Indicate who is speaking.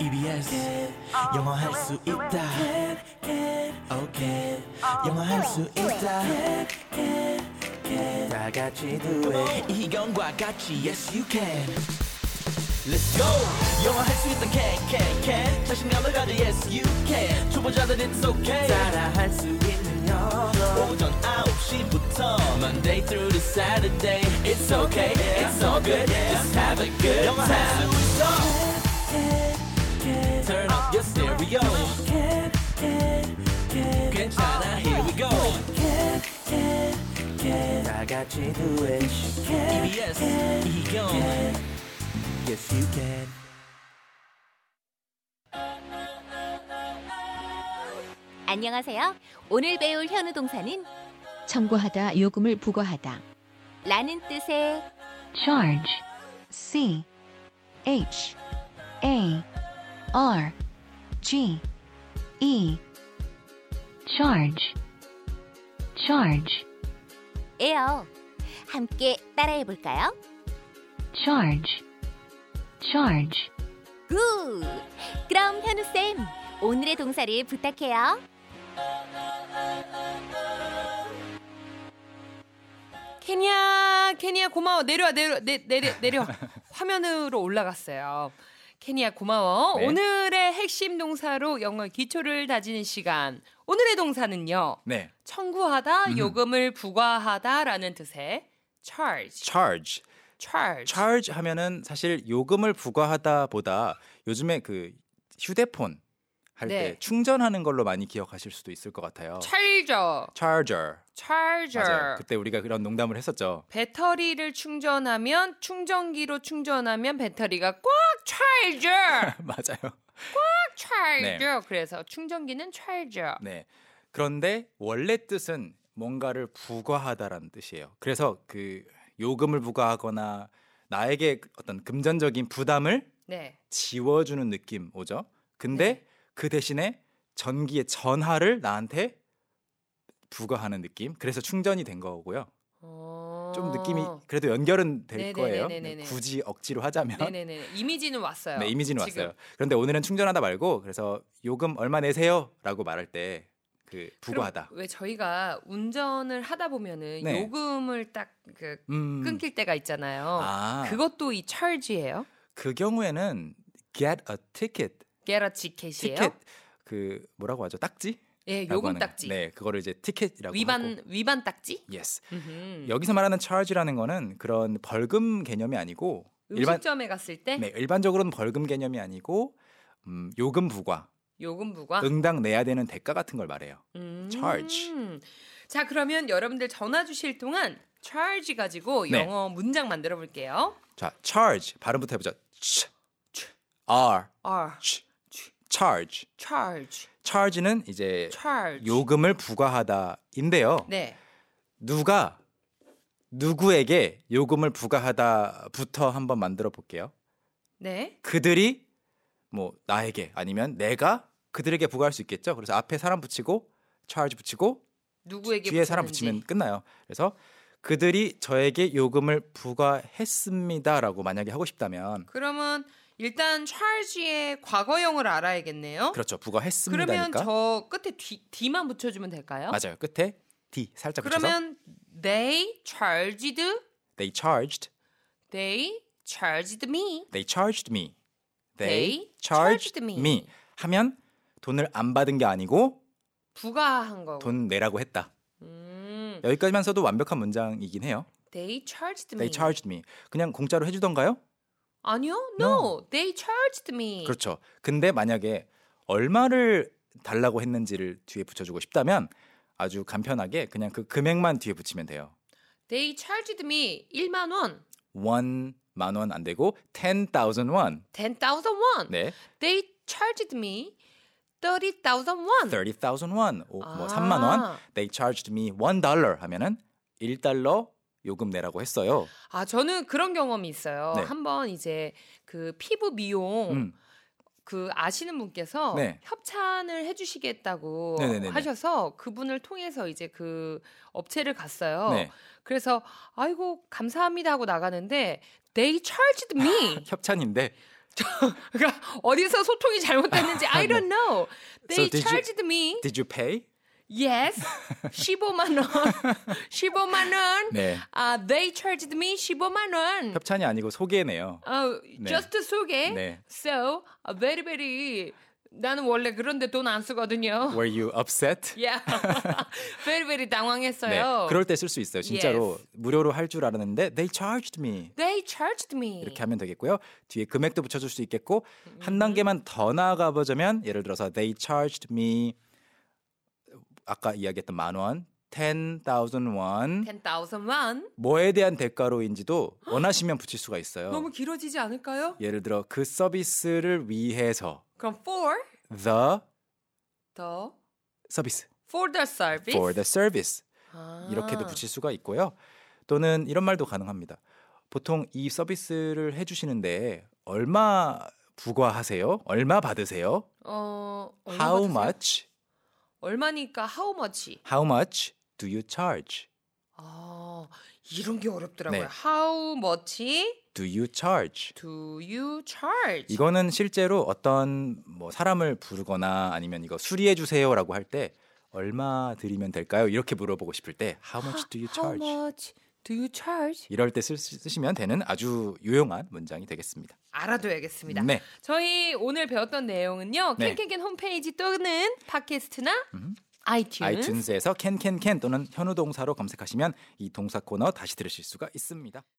Speaker 1: EBS 영어 할 수 있다 오케이 영어 할 수 있다 다 같이 do it 이희경과 같이 yes you can Let's go 영어 할 수 있다 can can can 자신감을 가져 yes you can 초보자들 it's okay 따라 할 수 있는 영어 오전 9시부터 Monday through to Saturday It's okay it's all good just have a good time 영어 할수 있어 Turn up your stereo. 괜찮아, here we go. 다 같이 do it. EBS, 이경. Yes, you can.
Speaker 2: 안녕하세요. 오늘 배울 현우 동사는
Speaker 3: 청구하다 요금을 부과하다
Speaker 2: 라는 뜻의
Speaker 3: charge c h a r g e charge charge
Speaker 2: 에요. 함께 따라해 볼까요?
Speaker 3: charge charge
Speaker 2: 굿! 그럼 현우쌤, 오늘의 동사를 부탁해요.
Speaker 4: 케냐 케냐 고마워 내려와 내려 내, 내려 내려 화면으로 올라갔어요. 케냐 고마워.
Speaker 5: 네.
Speaker 4: 오늘의 핵심 동사로 영어 기초를 다지는 시간. 오늘의 동사는요.
Speaker 5: 네,
Speaker 4: 청구하다, 요금을 부과하다라는 뜻의 charge.
Speaker 5: charge.
Speaker 4: charge.
Speaker 5: charge 하면은 사실 요금을 부과하다보다 요즘에 그 휴대폰 할 때
Speaker 4: 네.
Speaker 5: 충전하는 걸로 많이 기억하실 수도 있을 것 같아요.
Speaker 4: charger.
Speaker 5: charger.
Speaker 4: charger.
Speaker 5: 맞아요. 그때 우리가 그런 농담을 했었죠.
Speaker 4: 배터리를 충전하면 충전기로 충전하면 배터리가 꽉 charger.
Speaker 5: 맞아요.
Speaker 4: charger. 그래서 충전기는 charger.
Speaker 5: 네. 그런데 원래 뜻은 뭔가를 부과하다라는 뜻이에요. 그래서 그 요금을 부과하거나 나에게 어떤 금전적인 부담을
Speaker 4: 네.
Speaker 5: 지워주는 느낌 오죠. 근데
Speaker 4: 네.
Speaker 5: 그 대신에 전기의 전하를 나한테 부과하는 느낌. 그래서 충전이 된 거고요.
Speaker 4: 어.
Speaker 5: 좀 느낌이 그래도 연결은 될 거예요.
Speaker 4: 네네네네네네.
Speaker 5: 굳이 억지로 하자면.
Speaker 4: 네네네 이미지는 왔어요.
Speaker 5: 네, 이미지는
Speaker 4: 지금.
Speaker 5: 왔어요. 그런데 오늘은 충전하다 말고 그래서 요금 얼마 내세요라고 말할 때 그 부과하다.
Speaker 4: 그럼 왜 저희가 운전을 하다 보면은
Speaker 5: 네.
Speaker 4: 요금을 딱 그
Speaker 5: 음.
Speaker 4: 끊길 때가 있잖아요.
Speaker 5: 아.
Speaker 4: 그것도 이 charge예요.
Speaker 5: 그 경우에는 get a ticket.
Speaker 4: get a ticket이에요.
Speaker 5: 티켓 그 뭐라고 하죠? 딱지?
Speaker 4: 예,
Speaker 5: 라고
Speaker 4: 요금
Speaker 5: 하는 거.
Speaker 4: 딱지.
Speaker 5: 네, 그거를 이제 티켓이라고
Speaker 4: 위반
Speaker 5: 하고.
Speaker 4: 위반 딱지.
Speaker 5: Yes.
Speaker 4: 음흠.
Speaker 5: 여기서 말하는 charge라는 거는 그런 벌금 개념이 아니고 일반
Speaker 4: 음식점에 갔을 때
Speaker 5: 네, 일반적으로는 벌금 개념이 아니고 음, 요금 부과,
Speaker 4: 요금 부과.
Speaker 5: 응당 내야 되는 대가 같은 걸 말해요.
Speaker 4: 아. 음.
Speaker 5: charge.
Speaker 4: 자 그러면 여러분들 전화 주실 동안 charge 가지고
Speaker 5: 네.
Speaker 4: 영어 문장 만들어 볼게요.
Speaker 5: 자, charge 발음부터 해보죠. ch, r,
Speaker 4: R
Speaker 5: ch, charge.
Speaker 4: 어, charge
Speaker 5: charge는 이제
Speaker 4: charge.
Speaker 5: 요금을 부과하다인데요.
Speaker 4: 네.
Speaker 5: 누가 누구에게 요금을 부과하다부터 한번 만들어 볼게요.
Speaker 4: 네.
Speaker 5: 그들이 뭐 나에게 아니면 내가 그들에게 부과할 수 있겠죠. 그래서 앞에 사람 붙이고 charge 붙이고
Speaker 4: 누구에게
Speaker 5: 뒤에 사람
Speaker 4: 붙였는지.
Speaker 5: 붙이면 끝나요. 그래서 그들이 저에게 요금을 부과했습니다라고 만약에 하고 싶다면
Speaker 4: 그러면 일단 charge의 과거형을 알아야겠네요.
Speaker 5: 그렇죠.
Speaker 4: 그러면
Speaker 5: 부과했습니다니까.
Speaker 4: 저 끝에 D, D만 붙여주면 될까요?
Speaker 5: 맞아요. 그렇죠. 끝에 d 살짝 붙여서
Speaker 4: 그러면 they charged
Speaker 5: they charged
Speaker 4: they charged me
Speaker 5: they charged me
Speaker 4: They
Speaker 5: they charged
Speaker 4: charged me.
Speaker 5: me 하면 돈을 안 받은 게 아니고
Speaker 4: 부과한 거고
Speaker 5: 돈 내라고 했다.
Speaker 4: 음,
Speaker 5: 여기까지만 써도 완벽한 문장이긴 해요.
Speaker 4: they charged me
Speaker 5: They charged me. 그냥 공짜로 해주던가요?
Speaker 4: 아니요 no.
Speaker 5: No.
Speaker 4: they charged me
Speaker 5: 그렇죠. 근데 만약에 얼마를 달라고 했는지를 뒤에 붙여주고 싶다면 아주 간편하게 그냥 그 금액만 뒤에 붙이면 돼요.
Speaker 4: they charged me 1만 원
Speaker 5: 1만 원 안 되고 10,000 원.
Speaker 4: 10,000 원
Speaker 5: 네.
Speaker 4: they charged me 30,000 원
Speaker 5: 30,000 원. 오, 뭐
Speaker 4: 아.
Speaker 5: 3만 원. They charged me 1 달러 하면은 1달러 요금 내라고 했어요.
Speaker 4: 아 저는 그런 경험이 있어요.
Speaker 5: 네.
Speaker 4: 한번 이제 그 피부 미용
Speaker 5: 음.
Speaker 4: 그 아시는 분께서
Speaker 5: 네.
Speaker 4: 협찬을 해주시겠다고
Speaker 5: 네네네네.
Speaker 4: 하셔서 그분을 통해서 이제 그 업체를 갔어요.
Speaker 5: 네.
Speaker 4: 그래서 아이고 감사합니다 하고 나가는데 they charged me
Speaker 5: 협찬인데
Speaker 4: 그러니까 어디서 소통이 잘못됐는지 I don't know. They
Speaker 5: 아, 네. So did you-
Speaker 4: charged me.
Speaker 5: Did you pay?
Speaker 4: Yes. 15만 원. 15만 원.
Speaker 5: 네.
Speaker 4: 아, they charged me 15만 원.
Speaker 5: 협찬이 아니고 소개네요.
Speaker 4: 어,
Speaker 5: 네.
Speaker 4: just 소개.
Speaker 5: 네.
Speaker 4: So, 아, very very 나는 원래 그런데 돈 안 쓰거든요.
Speaker 5: Were you upset?
Speaker 4: Yeah. very very
Speaker 5: 네,
Speaker 4: 당황했어요.
Speaker 5: 그럴 때 쓸 수 있어요. 진짜로
Speaker 4: Yes.
Speaker 5: 무료로 할 줄 알았는데 they charged me.
Speaker 4: They charged me.
Speaker 5: 이렇게 하면 되겠고요. 뒤에 금액도 붙여줄 수 있겠고
Speaker 4: 음.
Speaker 5: 한 단계만 더 나아가 보자면 예를 들어서 they charged me 아까 이야기했던 만 원, 10,000 원
Speaker 4: 10,000 won.
Speaker 5: 뭐에 대한 대가로인지도 원하시면 붙일 수가 있어요.
Speaker 4: 너무 길어지지 않을까요?
Speaker 5: 예를 들어 그 서비스를 위해서
Speaker 4: 그럼 for
Speaker 5: the
Speaker 4: the
Speaker 5: 서비스
Speaker 4: for the service.
Speaker 5: for the service
Speaker 4: 아.
Speaker 5: 이렇게도 붙일 수가 있고요. 또는 이런 말도 가능합니다. 보통 이 서비스를 해주시는데 얼마 부과하세요? 얼마 받으세요?
Speaker 4: 어, 얼마
Speaker 5: How
Speaker 4: 받으세요?
Speaker 5: much?
Speaker 4: 얼마니까 how much?
Speaker 5: How much do you charge?
Speaker 4: 아, 이런 게 어렵더라고요.
Speaker 5: 네.
Speaker 4: How much
Speaker 5: Do you charge?
Speaker 4: do you charge?
Speaker 5: 이거는 실제로 어떤 뭐 사람을 부르거나 아니면 이거 수리해 주세요라고 할 때 얼마 드리면 될까요? 이렇게 물어보고 싶을 때 how much do you
Speaker 4: How
Speaker 5: charge?
Speaker 4: much do you charge?
Speaker 5: 이럴 때 쓸- 쓰시면 되는 아주 유용한 문장이 되겠습니다.
Speaker 4: 알아둬야겠습니다.
Speaker 5: 네.
Speaker 4: 저희 오늘 배웠던 내용은요.
Speaker 5: 네.
Speaker 4: 캔캔캔 홈페이지 또는 팟캐스트나 음. 아이튠즈.
Speaker 5: 아이튠즈에서 캔캔캔 또는 현우 동사로 검색하시면 이 동사 코너 다시 들으실 수가 있습니다.